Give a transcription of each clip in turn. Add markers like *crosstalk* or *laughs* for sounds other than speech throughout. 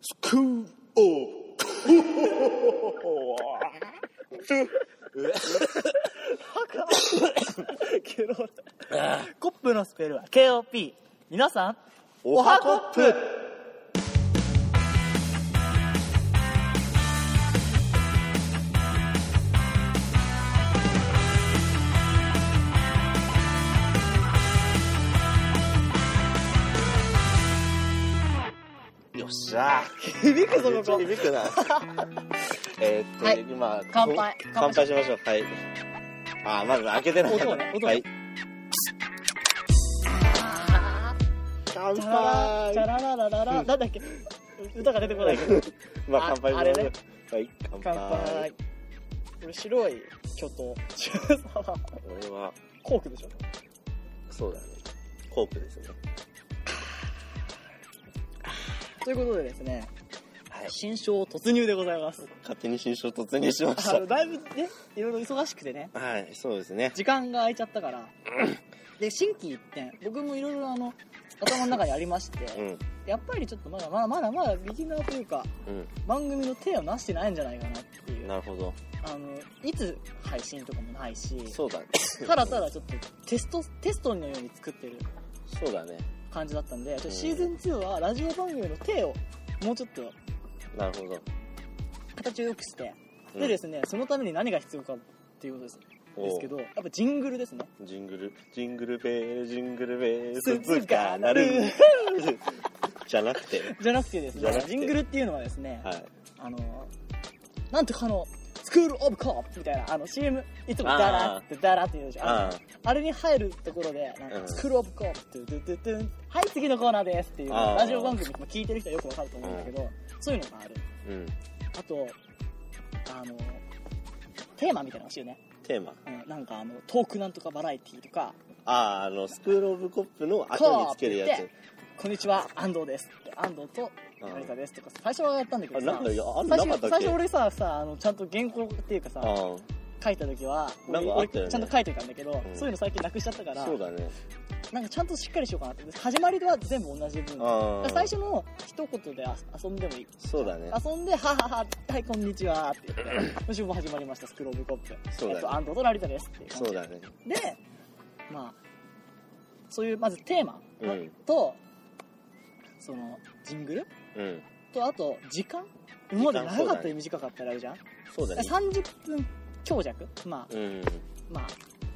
スクーオケロコップのスペルは KOP 皆さんおはコップよっしゃ響くぞここ響 *laughs* くなえーっと、はい今乾杯こ乾杯しましょうはいあーまず開けてない音をね音をはねい乾チャララチャ杯 *laughs* ラララララなんだっけ歌が出てこないけどまああ乾杯しましょあれうねはい乾乾杯杯これ白い巨 *laughs* 頭中佐は俺はコークでしょそうだねコープですねということでですねはい新章突入でございます勝手に新章突入しましあのだいぶねいろいろ忙しくてねたはいそうですね時間が空いちゃったからで心機一転僕もいろいろあの頭の中にありまして、うんやっぱりちょっとまだまだまだまだビギナーというか番組の手をなしてないんじゃないかなっうていんうなるほどあのいつ配信とかもないしそうだねただただちょっとテストテストのように作ってるそうだね感じだったんでちょっとシーズン2はラジオ番組の手をもうちょっとなるほど形を良くしてうんでですねそのために何が必要かっていうことですおうですけどやっぱジングルですねジングルジングルベールジングルベール鈴鈴鹿鹿ななるる *laughs* じゃなくてじゃなくてですじゃなねくてジングルっていうのはですねはいあのなんとかのスクールオブコープみたいなあの CM いつもダラってダラって言うでしょあのああれに入るところで、なんうか、んスクロールオブコープ、ドゥドゥドゥン、はい、次のコーナーですっていう、あーラジオ番組も聞いてる人はよくわかると思うんだけど、そういうのがある。ーうんあと、あの、テーマみたいなの欲しいよね。テーマうん、なんか、あの、トークなんとかバラエティとか、あーあのスクールオブコップの後につけるやコーつプこんにちは、安藤ですって。安藤と、うん成田ですとか、最初はやったんだけどあなんさか、あれなかっ最初たっけ最初俺さ、さ、あの、ちゃんと原稿っていうかあさ、ー書いた時は、俺なんかあったよ俺ねちゃんと書いてたんだけど、うんそういうの最近なくしちゃったから、そうだねなんかちゃんとしっかりしようかなって。始まりは全部同じ分。あー最初の一言で遊んでもいい。そうだね遊んで、ははは、はい、こんにちはって言って、今週も始まりました、スクローブコップ。そうだねえっと、安藤と成田ですっていう感そじうだねで、まあ、そういう、まずテーマうんと、その、ジングルうんと、あと、時間今まで長かそうっだたりね短かったりあるじゃん、そうだね ?30 分強弱まあ、うんま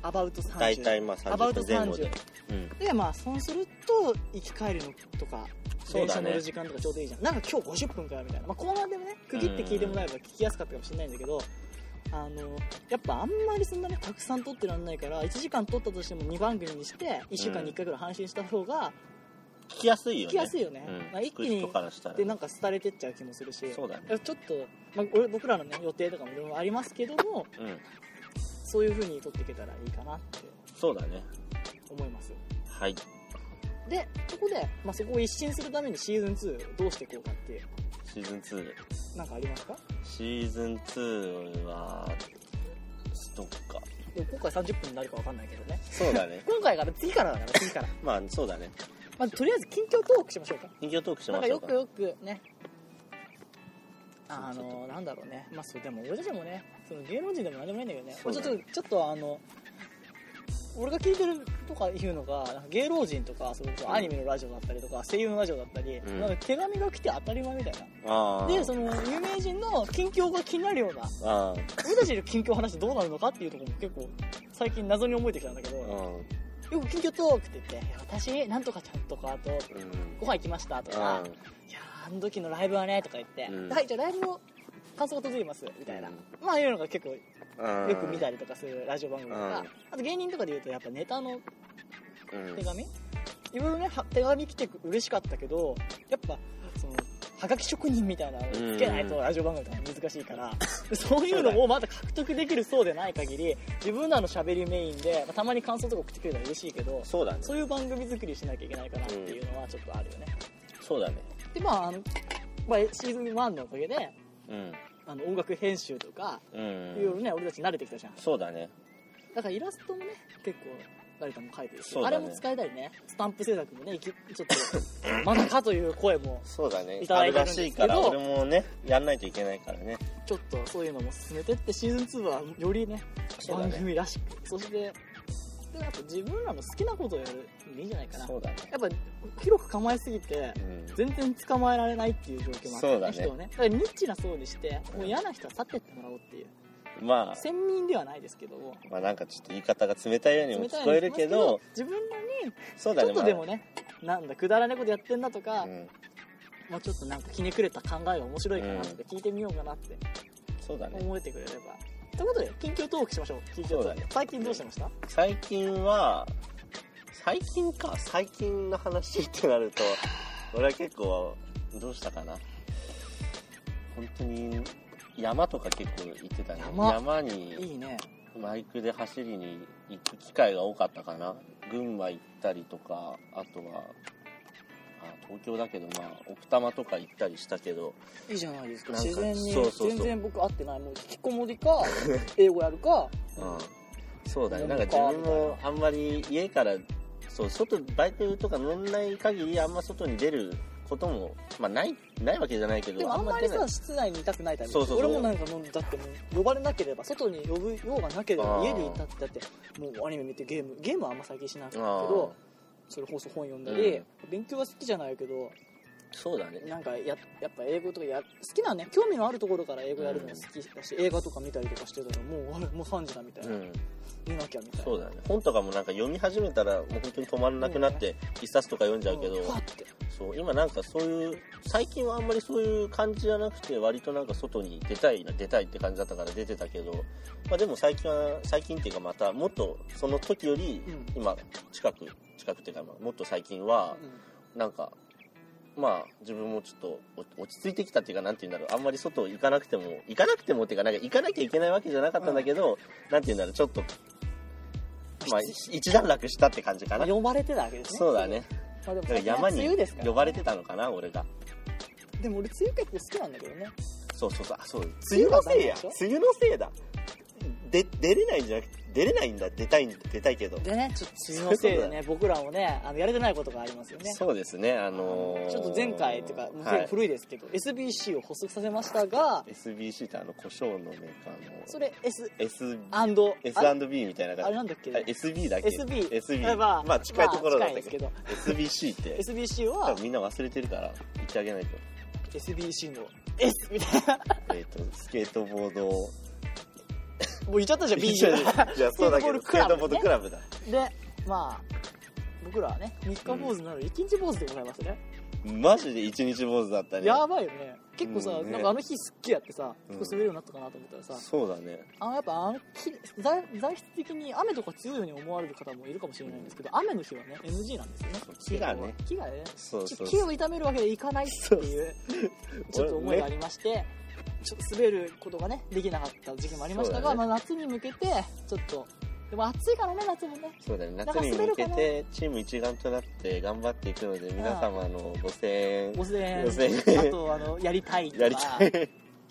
あ、アバウト30。大体まあアバウト30分前後30で。うんでまあそうすると行き帰るのとかそ電うだ車ね乗る時間とかちょうどいいじゃん、なんか今日50分からみたいな、まあ、コーナーでもね区切って聞いてもらえば聞きやすかったかもしれないんだけど、あのやっぱあんまりそんなねたくさん撮ってらんないから1時間撮ったとしても2番組にして1週間に1回ぐらい配信した方が聞きやすいよね聞きやすいよね、うんまあ、一気聞く人にからしたらでなんか廃れてっちゃう気もするしそうだねちょっと、まあ、俺僕らのね予定とかもいろいろありますけどもうんそういう風に撮っていけたらいいかなってそうだね思いますはいでそこで、まあ、そこを一新するためにシーズン2どうしていこうかっていうシーズン2なんかありますかシーズン2はどっかでも今回30分になるかわかんないけどねそう *laughs* だね今回から次からだから次から、まあそうだねまあ、とりあえず近況トークしましょうか人形トークしなまんかしょようかくよくねあそうそうのなんだろうねまあそうでも俺たちもねその芸能人でも何でもないんだけどねそうだねちょっとちょっとあの俺が聞いてるとかいうのがなんか芸能人とかそれこそアニメのラジオだったりとか声優のラジオだったり、うんなんか手紙が来て当たり前みたいなあーでその有名人の近況が気になるようなあ俺たちの近況話どうなるのかっていうところも結構最近謎に思えてきたんだけど、ーうんよく近況トークって言っていや「私なんとかちゃんとか」と「ご飯行きました」とかうん「いやーあの時のライブはね」とか言って「うんはいじゃあライブの感想が届いてます」みたいな、うんまあいうのが結構ようんく見たりとかするラジオ番組とうかんあと芸人とかで言うとやっぱネタのうん手紙いろいろねは手紙来てく嬉しかったけどやっぱそのはがき職人みたいなのをつけないとうんラジオ番組とか難しいから *laughs* そういうのをまだ獲得できるそうでない限り自分らのしゃべりメインで、まあたまに感想とか送ってくれたら嬉しいけどそうだねそういう番組作りしなきゃいけないかなっていうのはちょっとあるよね、そうだねでまああの、まあ、シーズン1のおかげでうんあの音楽編集とかうんいろいろね、俺たち慣れてきたじゃんそうだねだからイラストもね結構成田も書いてるし、そうあだねれも使えたりねスタンプ制作もねいきちょっと *coughs* まだかという声もそうだねいたあだるらいてるんですしいけどから俺もねやんないといけないからねちょっとそういうのも進めてってシーズン2はよりねそうだ番ね組らしくそ,、してであと自分らの好きなことをやるのいいんじゃないかなそうだねやっぱ広く構えすぎてうん全然捕まえられないっていう状況もあってそうだね人をねだからニッチな層にしてもう嫌な人は去ってってもらおうっていうまあ先民ではないですけどもまあなんかちょっと言い方が冷たいようにも冷たい聞こえるけど自分らにそうだちねょっとでもねなんだくだらないことやってんだとまかあうんもうちょっとなんかひねくれた考えが面白いかなとか聞いてみようかなってそうだね思えてくれればということで近況トークしましょう近況トそーうだクね最近どうしてました最近は最近か最近の話ってなると俺は結構どうしたかな本当に山とか結構行ってたね山にいいねバイクで走りに行く機会が多かったかな群馬行ったりとかあとはあ東京だけどまあ奥多摩とか行ったりしたけどいいじゃないですかなんか自然にそうそうそう全然僕合ってないもう引きこもりか英語やるかうん、そうだねななんんかか自分もあんまり家からそう外バイクとか乗んない限りあんま外に出ることも、まあ、ないないわけじゃないけどでもあんまり出なさい室内にいたくないタイプそうそうそう俺もなんかもうだってもう呼ばれなければ外に呼ぶようがなけれあばー家でいたってだってもうアニメ見てゲームゲームはあんま最近しなかったけあどそれこそ本読んだり、うん勉強は好きじゃないけどーそうだねなんかややっぱ英語とかや好きなね興味のあるところから英語やるのが好きだし、映画とか見たりとかしてたらもうあれもう3時だみたいうな、ん寝なきゃみたいなそうだね本とかもなんか読み始めたらもう本当に止まらなくなって一冊とか読んじゃうけど、うんふわってそう今なんかそういう最近はあんまりそういう感じじゃなくて割となんか外に出たいな出たいって感じだったから出てたけど、まあ、でも最近は最近っていうかまたもっとその時よりうん今近く近くっていうかまあもっと最近はなんかまあ自分もちょっとお落ち着いてきたっていうかなんて言うんだろうあんまり外行かなくても行かなくてもっていうかなんか行かなきゃいけないわけじゃなかったんだけど、なんて言うんだろうちょっと、まあ、一段落したって感じかな。呼ばれてたわけですねそうだねまあ、でもだから山最近は梅に雨ですからね呼ばれてたのかな俺が。でも俺梅雨結構好きなんだけどねそうそうそうあそう梅梅雨雨ののせせいいやや梅雨のせいだで出れないんじゃなくて出れないんだ出たいん出たいけど、でねちょっと梅雨のせいでね僕らもねあのやれてないことがありますよねそうですねあのーちょっと前回っていうか、もうはい、古いですけど SBC を発足させましたが SBC ってあの胡椒のメーカーのそれ S S アンド S&B みたいなあれ感なんだっけじあ SB だっけ SB SB まあまあ近いところだっまあ近たいですけどけど SBC って SBC 多は分みんな忘れてるから言ってあげないと SBC の S みたいなえっ、とスケートボードもう言っちゃったじゃん B *laughs* じじゃゃんあそうだけどススケケーートトボードボードククラブだでまあ僕らはね三日坊主なので一日坊主でございますね、マジで一日坊主だったねやばいよね結構さ、うんねなんかあの日すっげえやってさうん結構滑るようになったかなと思ったらさ、そうだねあのやっぱあのき材材質的に雨とか強いように思われる方もいるかもしれないんですけど、雨の日はね NG なんですよねそう木がね木がねそうちそょう木を傷めるわけにいかないっていうちょっと思いがありまして、ちょっと滑ることがねできなかった時期もありましたが、そうだまあ、夏に向けてちょっとでも暑いからね夏もねそうだねんか夏に向けてチーム一丸となって頑張っていくので皆様のご声援汚染汚染あとあのやりたいとかやりたい冷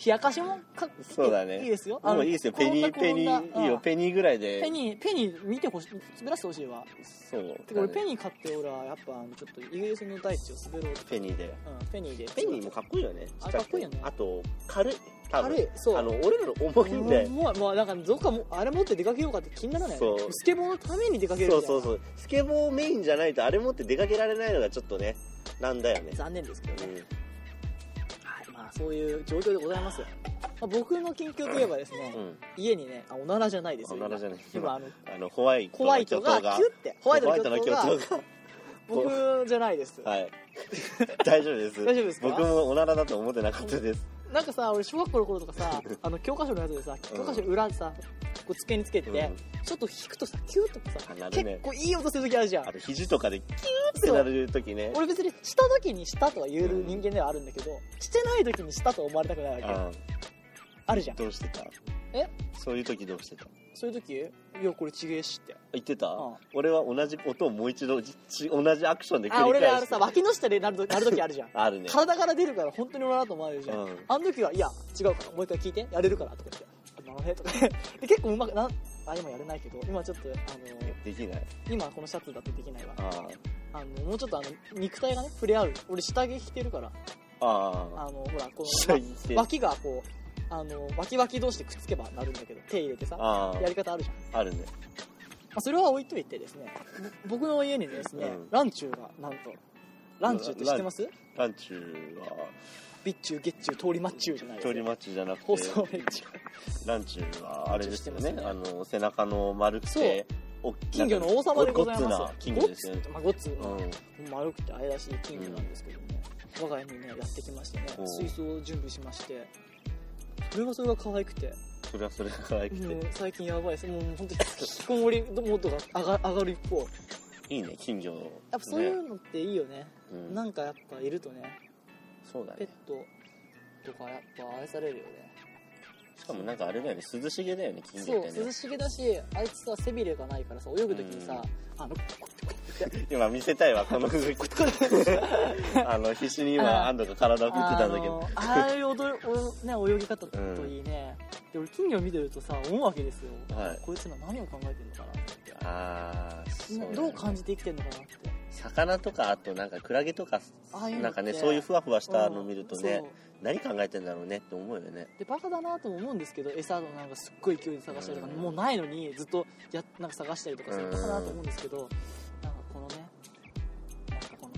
やかしもかそうだねいいですよあ *laughs* ものういいですよペニーペニ転んだーいいよ転んだペニーぐらいでペニーペニー見てほしい滑らせてほしいわそうだねてか俺ペニー買って俺はやっぱあのちょっとイギリスの大地を滑ろうと、ペニーでうん、ペニーでペニーもかっこいいよねあれかっこいいよねあと軽い多分軽いそうあの俺らの重いんもうでもうもうなんかどっかもあれ持って出かけようかって気にならないそうスケボーのために出かけるそみたいうなそうそうスケボーメインじゃないとあれ持って出かけられないのがちょっとねなんだよね残念ですけどね、うんはいまあそういう状況でございます、まあ、僕の近況といえばですね、うん家にねあおならじゃないですおよならじゃない今今あのあのホワイトホワイト巨が頭キュッてホワイトの巨巨頭頭がが僕じゃないです、はい *laughs* 大丈夫です大丈夫ですか僕もおならだと思ってなかったですなんかさ俺小学校の頃とかさあの教科書のやつでさ教科書の裏でさ、こう机につけて、うんちょっと引くとさキューッとかさ、あなるね結構いい音する時あるじゃんあと肘とかでキューってそうなる時ね俺別にした時にしたとは言える人間ではあるんだけど、してない時にしたとは思われたくないわけああるじゃんどうしてたえそういう時どうしてたそういう時いやこれちげえしって言ってた、うん俺は同じ音をもう一度じち同じアクションで繰り返あして俺らあのさ脇の下 *laughs* でなる時なる時あるじゃんあるね体から出るから本当に俺だと思われるじゃん、うんあの時はいや違うからもう一回聞いて *laughs* やれるからとか言って「なるほどね」とかで結構うまくなあ今やれないけど今ちょっとあのできない今このシャツだってできないわあーあのもうちょっとあの肉体がね触れ合う俺下着着てるからああのほらこーの下着着てわ脇がこうあの脇脇同士でくっつけばなるんだけど手入れてさあやり方あるじゃん、ああるねまあ、それは置いといてですねぼ僕の家にですね、うんランチューがなんとランチューって知ってますランチューはビッチューゲッチュー通りマッチューじゃないです調理マッチじゃなく放て送めっちゃランチューはあれですよねランチューしてあの背中の丸くておっきな金魚の王様でございますごっつな金魚ですよねゴッツまあゴッツうんの丸くて愛らしい金魚なんですけども、我が家にねやってきましてねおう水槽を準備しましてそれがそれが可愛くてそれはそれが可愛くて、もう最近やばいですもう本当に引きこもりモードが上が上がる一方やっいいね金魚やっぱそういうのっていいよねうん、なんかやっぱいるとねそうだペッねトとかやっぱ愛されるよねしかもなんかあれだよね涼しげだよね金魚そっうてね涼しげだしあいつさ背びれがないからさ泳ぐ時にさ、あの今見せたいわこの動 *laughs* きあの必死に今あー安藤が体を振ってたんだけどあのああいう踊りおね、泳ぎ方といいね、で俺金魚見てるとさ思うわけですよ、はいこいつら何を考えてんのかなってああそうだねどう感じて生きてんのかなって魚とかあとなんかクラゲとかああいうのってなんかねそういうふわふわしたのうん見るとねそう何考えてんだろうねって思うよねでバカだなとも思うんですけど餌をなんかすっごい勢いで探したりとか、うんもうないのにずっとやなんか探したりとかすうるんバカだなと思うんですけど、なんかこのねなんかこの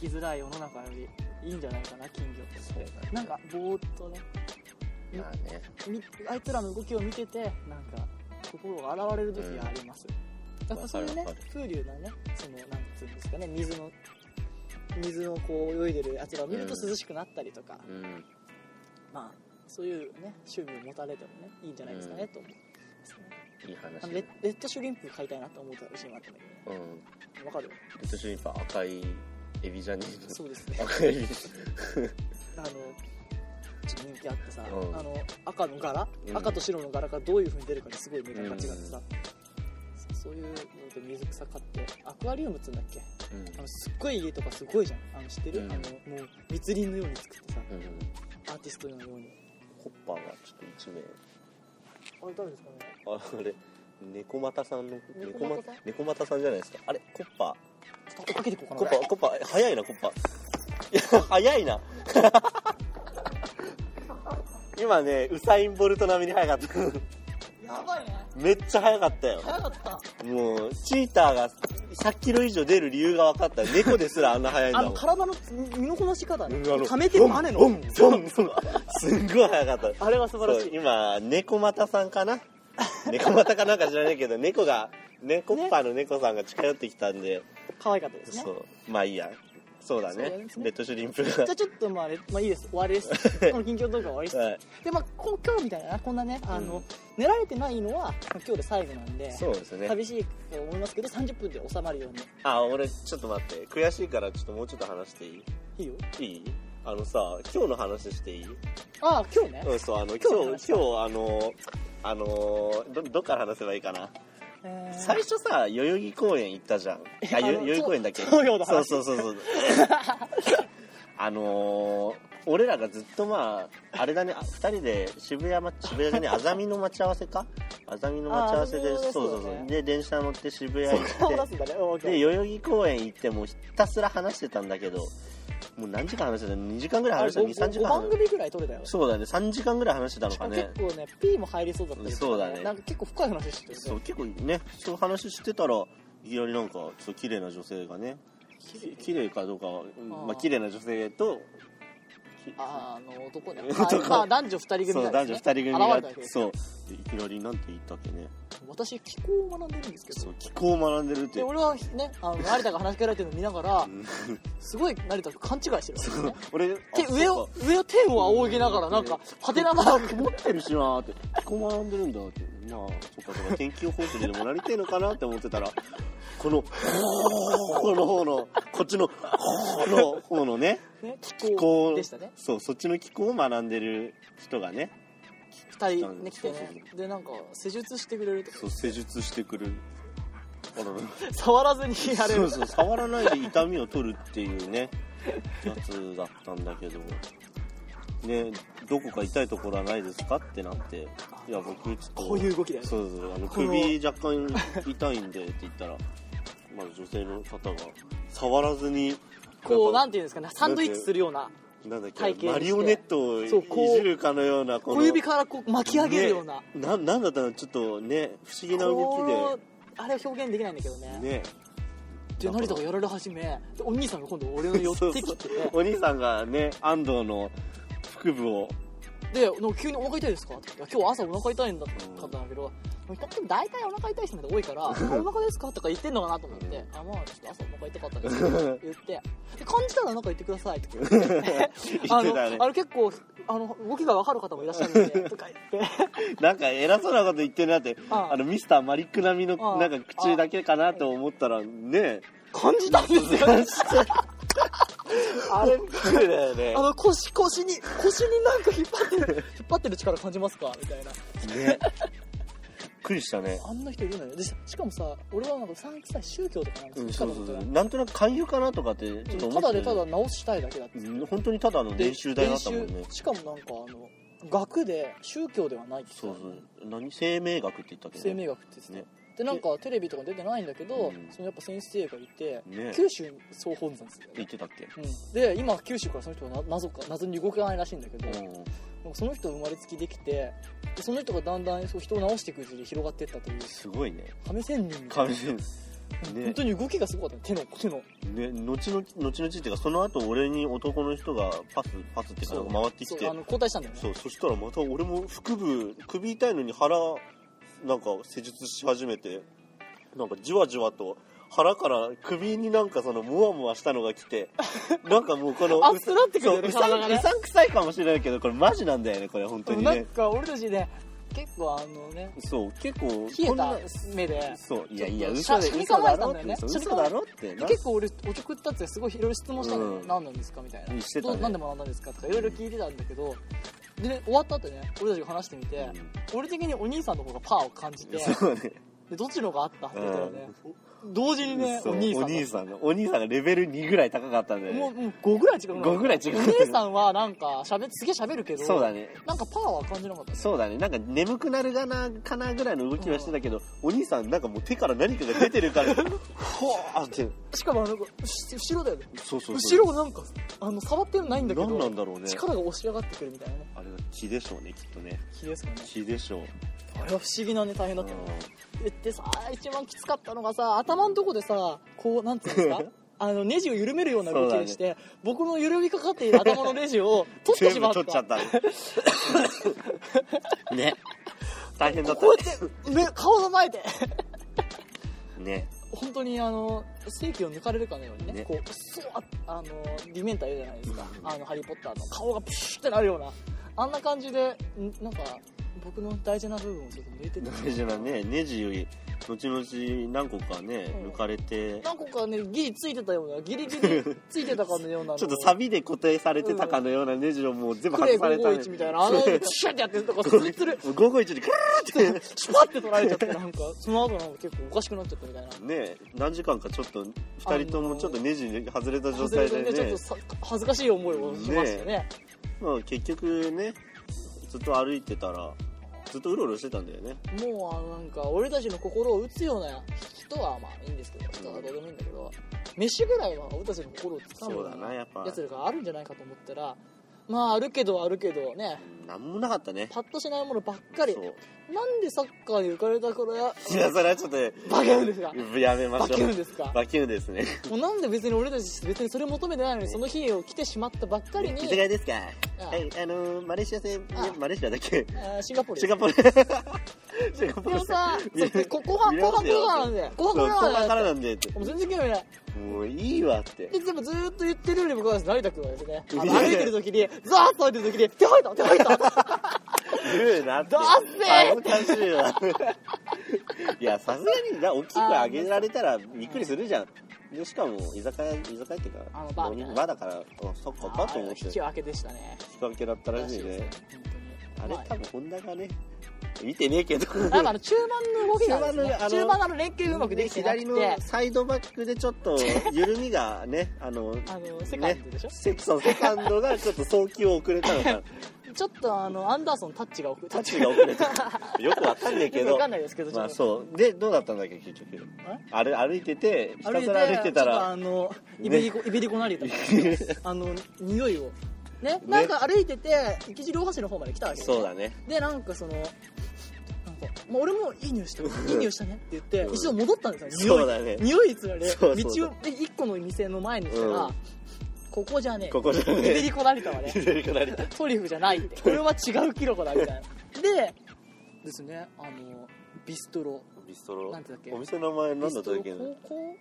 生きづらい世の中よりいいんじゃないかな金魚ってそうだねなんかぼーっとねうんまあねみあいつらの動きを見ててなんか心が洗われる時があります、やっぱそういうねわかるわか風流なねそのなんつうんですかね水の水をこう泳いでるやつらを見ると涼しくなったりとか、うんまあそういうね趣味を持たれてもねいいんじゃないですかね、うんと思うんですねいい話あのレッレッドシュリンプ買いたいなと思ったらしいなったんだけうんどねわかるレッドシュリンプは赤いエビじゃねそうですねえの赤いエビあのちょっと人気あってさ、うんあの赤の柄、うん赤と白の柄がどういう風に出るかにすごい目が違ってさ、うんそそういうので水草買ってアクアリウムっつうんだっけうんあのすっごい家とかすごいじゃんあの知ってる、うんあのもう密林のように作ってさうんアーティストのようにホッパーがちょっと一名あれ誰ですかねあれ猫又さんの猫又さん猫又さんじゃないですかあれコッパちょっとかけていこうーコかなッパーコッパー早いなコッパーいや早いな *laughs* 今ねウサイン・ボルト並みに早かったやばいね *laughs* めっちゃ早かったよ早かったもうチーターが100キロ以上出る理由が分かった猫ですらあんな速いんだあものん体の身のこなし方ねうんあの溜めてるバネボのンボンボンすんごい速かったあれは素晴らしそうい今猫又さんかな猫又かなんか知らないけど猫が猫っぱの猫さんが近寄ってきたんで、可愛かったですねそうまあいいやそうだねそうですねレッドシュリンプがじゃあちょっとまあ、ねまあ、いいです終わりです *laughs* この近況動画終わりです、はいでまあこ今日みたいなこんなねあの、寝られてないのは今日で最後なんでそうですね寂しいと思いますけど30分で収まるようにあ俺ちょっと待って悔しいからちょっともうちょっと話していいいよいいいあのさ今日の話していいああ今日ね、うんそうあの今日の今日話今日あのあのどどっから話せばいいかなえー最初さ代々木公園行ったじゃんああのよ代々木公園だっけそう東洋のそう話そうそう *laughs* そうあのー俺らがずっとまああれだねあ二人で渋谷、ま、渋 *laughs* 谷じゃねえあざみの待ち合わせかあざみの待ち合わせであそーうそうそうだそうねで電車乗って渋谷行そこを出っすんだねオーケてーで代々木公園行ってもうひたすら話してたんだけどもう何時間話してたの2時間ぐらい話してたあ2、3れご時間ご番話組ぐらい撮れたよそうだね3時間ぐらい話してたのしかかもね結構ね P も入りそうだったりとかそうだねなんか結構深い話してそるうね結構ねそう話してたらいきなりなんかちょっと綺麗な女性がねき綺麗かどうかは、うんあーまあ綺麗な女性ときあーあの男ね男あまあ男女二人組そなうんで男す女2ね人組現れがたわけですよそうでいきなりなんて言ったっけね私気候を学んでるんですけどそう気候を学んでるってで俺はねあの成田が話しかけられてるの見ながらうんすごい成田と勘違いしてるわけですね俺あ手上を上を天を仰ぎながらなんかハテナマーそうか持ってるしなーって気候学んでるんだってまあそっかそっか天気予報士にでもなりてえのかなって思ってたらこのこの方のこっちのこの方のね *laughs* ク、ね、気気候候でしたねそうそっちの気候を学んでる人がね二人ね来そてうねそうでなんか施術してくれるとそう施術してくるあらら触らずにやれそうるそう触 *laughs* らないで痛みを取るっていうねやつだったんだけどね、どこか痛いところはないですかってなって、いや、僕、ちょっと、こういう動きだよねそうそうそうあのこの首若干痛いんでって言ったら、まず女性の方が、触らずに、こうなんていうんですかねサンドイッチするようななんだっ体型にしけ、てマリオネットをいそうこうじるかのような、この小指からこう巻き上げるような、ねな、なんだったのちょっとね、不思議な動こうあれは表現できないんだけどねきで、ね、で成田がやられ始めでお兄さんが今度俺の寄ってきてお兄さんがね、安藤の腹部を、でなんか急に「お腹痛いですか?」って言って「今日朝お腹痛いんだ」って方なんだけど、比較的大体お腹痛い人なんて多い *laughs* から「あお腹ですか?」とか言ってんのかなと思って「あまあちょっと朝お腹痛かったで *laughs* す」って言って「で感じたらなんか言ってください」って言って言ってたあねのあ。れ結構あの動きが分かる方もいらっし *laughs* ゃるんでとか言ってなんか偉そうなこと言ってるなって、あああのミスターマリック並みのああなんか口だけかなと思ったらね、感じたんですよ *laughs* あれそうだよねあ。の腰腰に腰になんか引っ張ってる引っ張ってる力感じますかみたいなね。びっくりしたね。あんな人いるんだよでししかもさ俺はなんか三期さ宗教とかなんかうそっん、ちかそとう思そうったそうら。なんとなく勧誘かなとかってちょっと思たってだでただ直したいだけだってうん本当にただの練習台だったもんね練。習しかもなんかあの学で宗教ではないってそうそう。何生命学って言ったっけ生命学って言ってねたでなんかテレビとか出てないんだけど、うんそのやっぱ先生がいて、ね九州総本山ですよ言ねってたっけうん、で今九州からその人がな謎か謎に動かないらしいんだけど、うん。なんかその人生まれつきできてでその人がだんだんそう人を治していくうちに広がっていったというすごいね。亀仙人みたい感じです。な、ね本当に動きがすごかったね手の手のね、後々、後々っていうか、その後俺に男の人がパス、パスっていうかなんか回ってきてそうあ、の交代したんだよねそうそしたらまた俺も腹部首痛いのに腹なんか施術し始めてなんかじわじわと腹から首になんかそのモワモワしたのが来 *laughs* てなんかもうこの熱くなってそくるようねうさ体がんねうさんくさいかもしれないけどこれマジなんだよねこれ本当になんねか俺たちね結構あのねそう結構冷こえんなた目でそういやちょっといやし嘘ゃでしゃに嘘だ構えてろったんだよてねそうしゃに嘘構えだてろってな結構俺おちょくったってすごいいろいろ質問したの、うん何なんですかみたいな、うんしてたどねう何でも何なんですかとかいろいろ聞いてたんだけど、でね終わった後ね俺たちが話してみて、俺的にお兄さんの方がパーを感じてうんそうねでどっちの方があったって言ったらね、同時にねそおう兄さんおが兄さんのお兄さんがレベル2ぐらい高かったんだよもうねもう5ぐらい違う5ぐらい違うお姉さんはなんかしゃべすげえ喋るけどそうだねなんかパーは感じなかったねそうだねなんか眠くなるかなかなぐらいの動きはしてたけど、お兄さんなんかもう手から何かが出てる *laughs* からふわーってしかもあの後後ろだよねそうそう後ろをなんかあの触ってるのないんだけど何なんだろうね力が押し上がってくるみたいなねあれが血でしょうねきっとね気ですかね血でしょうあれは不思議なね大変だったよねうででさ一番きつかったのがさ頭のとこでさこうなんていうんで *laughs* すかあのネジを緩めるような動きをして、僕の緩みかかっている頭のネジを取んってし全ま部っ取たっちゃった *laughs* ね大変だっこうやって目顔の前でたね本当にあの正規を抜かれるかのようにねねこうそうああのディメンターいるじゃないですかあのハリー・ポッターの顔がプシュってなるようなあんな感じでんなんか僕の大事な部分をちょっと抜いてた大事なねネジより後々何個かねうん抜かれて何個かねギリついてたようなギリギ *laughs* リついてたかのようなちょっとサビで固定されてたかのようなネジをもう全部ク外レイされたね551みたいなあのプシュってやってるとこスルスルもう551にカーって *laughs* シュパって取られちゃってなんかその後なんか結構おかしくなっちゃったみたいなね何時間かちょっと2人ともちょっとネジに外れた状外れ態てでねちょっねとさ恥ずかしい思いをしましたねまあ結局ねずっと歩いてたらずっとうろうろしてたんだよねもうあのなんか俺たちの心を打つような人はまあいいんですけど人はどうでもいいんだけど飯ぐらいは俺たちの心をつかむようそうだなやっぱなやつらがあるんじゃないかと思ったらまああるけどあるけどねうんなんもなかったねパッとしないものばっかりそうなんでサッカーに浮かれた頃やいやそれはちょっとねバケるんですかやめまバしょケるんうですかバキュンですねもうなんで別に俺たち別にそれ求めてないのにねその日を来てしまったばっかりにいつがいですかああはいあのーマレーシア戦いやああマレーシアだっけあーシンガポールシンガポポールシンガポール *laughs* でもさ見れそうこ後半見れ後ま半すよ後半なんで後そう半後後半半なかんらでなんでってもう全然興味ないもういいわってででもずーっと言ってるよりも僕は成田君はです *laughs* ねあの歩いてる時にザーッと歩いてる時に「手入った手入った!」言うなってだっ恥ずかしい *laughs* わいやさすがにな大きく上げられたらびっくりするじゃんでしかも居酒屋居酒屋っていうかあのバーみたいなバーだからあそっかバーと思って引引きき分けでしたね分けだったらしいでねすね本当にあれまあ多分本田がね見てねえけどなんかあの中盤の動きなんですね中盤のあの中盤のあの連携がうまくできてなく左て、のサイドバックでちょっ *laughs* と緩みがねあのあのセカンドでしょ、セクソンセカンドがちょっと送球を遅れた *laughs* のかちょっとあのアンダーソンタッチが遅れタッチが遅れたよくわかんねえけよくわどかんないですけど、ちょまっあとそうでどうだったんだっけ結局あれ歩いててひたすら歩いてたちょっとらあのねイベリコ、イベリコなり *laughs* だったあの匂いをねなんか歩いてて池尻大橋の方まで来たわけそうだねでなんかそのなんか、まあ、俺もいい匂 *laughs* いしたいい匂いしたねって言って、うん一度戻ったんですよそう匂いだね匂いつ *laughs* られそうそう道をで一個の店の前にしたら、うんここじゃねえここじゃイベリねコ成田はね左から歩いたトリュフじゃない *laughs* ってこれは違うキノコだみたいなでですねあのビストロビストロなんてだっけお店の名前なんビだスったトっロけ高校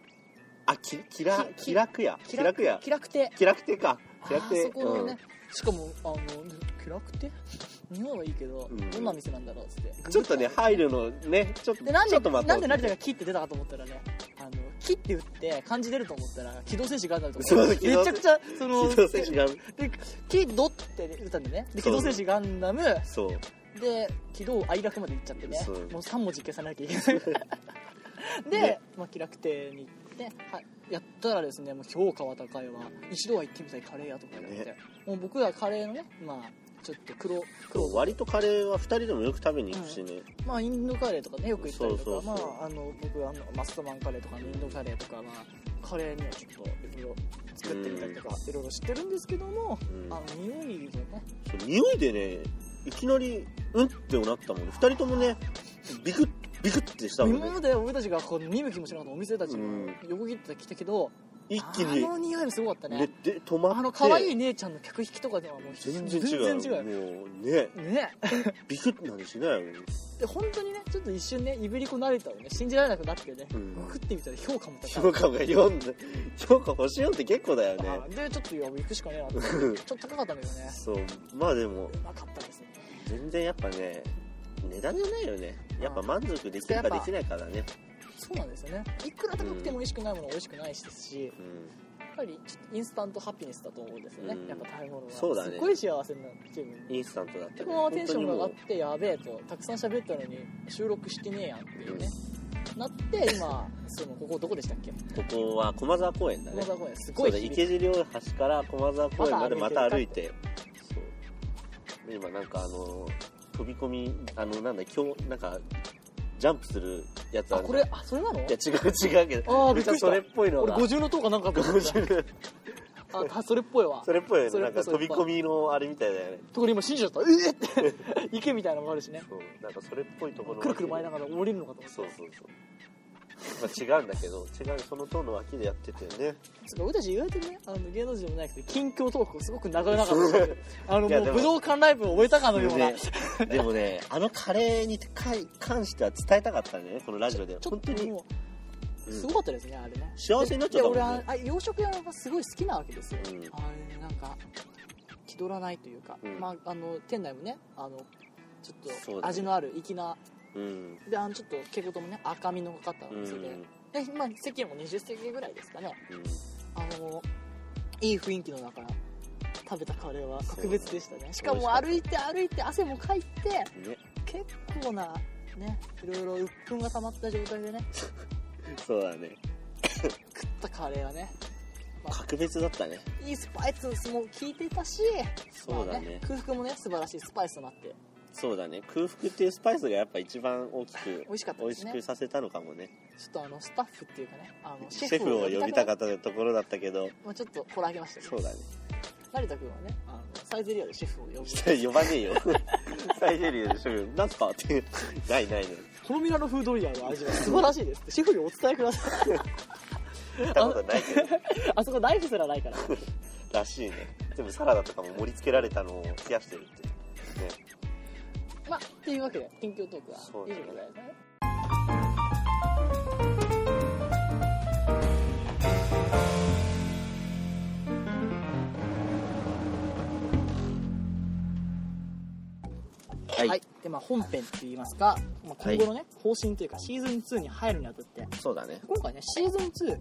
あききらき気楽や気楽や気楽亭気楽亭か気あ楽亭ーそこのうねん、しかもあの気楽亭日本はいいけど、うんどんな店なんだろうっつってちょっとね入るのねちょっとでなんちでょっと待っなんでて成田が「木」って出たかと思ったらねあの「木」って打って漢字出ると思ったら機動戦士があると思そうめ機動ちゃくちゃその *laughs* 機動戦士がで木ドって打ったんでねで機動戦士ガンダムそうで軌道愛楽まで行っちゃってねそうもう3文字消さなきゃいけない *laughs* で、ねまあ、気楽亭に行って、はい、やったらですねもう評価は高いわ一度は行ってみたいカレー屋とかやって、ねもう僕はカレーのねまあちょっと黒黒そう割とカレーは2人でもよく食べに行くしね、まあインドカレーとかねよく行ったりとかそうそうそうまああの僕あのマスタマンカレーとかインドカレーとかまあカレーにはちょっといろいろ作ってみたりとかいろいろ知ってるんですけども、うんあの匂いのねそう匂いでねいきなりうんってなったもんね2人ともねビクッビクッてしたもん今ねまで俺たちがこう見向きもしなかったお店たちうのん横切ってきたけど、一気にあの匂いもすごかったねねで止まってあの可愛い姉ちゃんの客引きとかではもう全然違う全然違うもうねねビクッなんてしないもんで本当にねちょっと一瞬ねいぶりこ慣れたをね信じられなくなってね、うん食ってみたら評価も高い評価が4で評価星4って結構だよねあでちょっといやもう行くしかねえなってちうんょっと高かったけどねそうまあでもうまかったですね全然やっぱね値段じゃないよねやっぱ満足できるかできないかだねそうなんですよねいくら高くても美味しくないものは美味しくないしですしうんやっぱりちょっとインスタントハピネスだと思うんですよね、うんやっぱ食べ物はそうだねすっごい幸せになる気分インスタントだったねでこのままテンションが上がっ本てやべえとたくさん喋ったのに収録してねえやんっていうね、なって今そのここどこでしたっけ当にもうここは駒沢公園だ駒ね沢公園すごそういだ響いて池尻大橋から駒沢公園までままたた歩歩いいててそうで今なんかあの飛び込みあのなんだ今日なんかジャンプするやつああるこじゃんれあそれなのいや違う違うけどあーびっくりしたそれっぽいの俺が *laughs* 五重の塔かなんかかと思った50あたそれっぽいわそれっぽいよそねれなっんぽかい飛び込みのあれみたいだよね特に今信じちゃったえっ、って *laughs* 池みたいなのもあるしねそうなんかそれっぽいところくるくる回りなががら降りるのかと思ったそうそうそう、まあ、違うんだけど違うその塔の脇でやっててねつうか俺たち意外とねあの芸能人でもないけど近況トークをすごく長 *laughs* 々としてるあのいもやうでも武道館ライブを終えたかのよう *laughs* なねでもねあのカレーにかい関しては伝えたかったねこのラジオでちょ本っ当とにもううんすごかったですねあれね幸せになっちゃったもんねで俺はあ洋食屋がすごい好きなわけですよ、うんあれなんか気取らないというか、うんまあ、あの店内もねあのちそうょっだとね味のある粋な、うんであのちょっと蛍光灯もね赤みのかかったおうん店で,、でまあ、席も20席ぐらいですかねうんあのいい雰囲気の中食べたカレーは格別でしたねしか美味しもかった歩いて歩いて汗もかいてね、結構なねいろいろ鬱憤が溜まった状態でねそうだね食ったカレーはね格別だったねいいスパイスも効いてたしそうだね,、まあ空腹もね素晴らしいスパイスとなってそうだね空腹っていうスパイスがやっぱ一番大きく美味しかった美で味すしねくさせたのかもねちょっとあのスタッフっていうかねあのシェフを呼びたかったところだったけどもうちょっとこらえましたけそどうだね成田君はねあのサイゼリアでシェフを呼ぶ呼ばねえよサイゼリアでシェフなんすかってないないねこのミラノ風ドリアの味は素 *laughs* 晴らしいですってシェフにお伝えください見たことないけどあそこナイフすらないかららしいね全部サラダとかも盛り付けられたのを冷やしてるってねまあっていうわけで近況トークはそう以だね上でございますねははい、でまあ本編って言いますか、まあ、今後のね、方針というかシーズン2に入るにあたってそうだね今回ねシーズン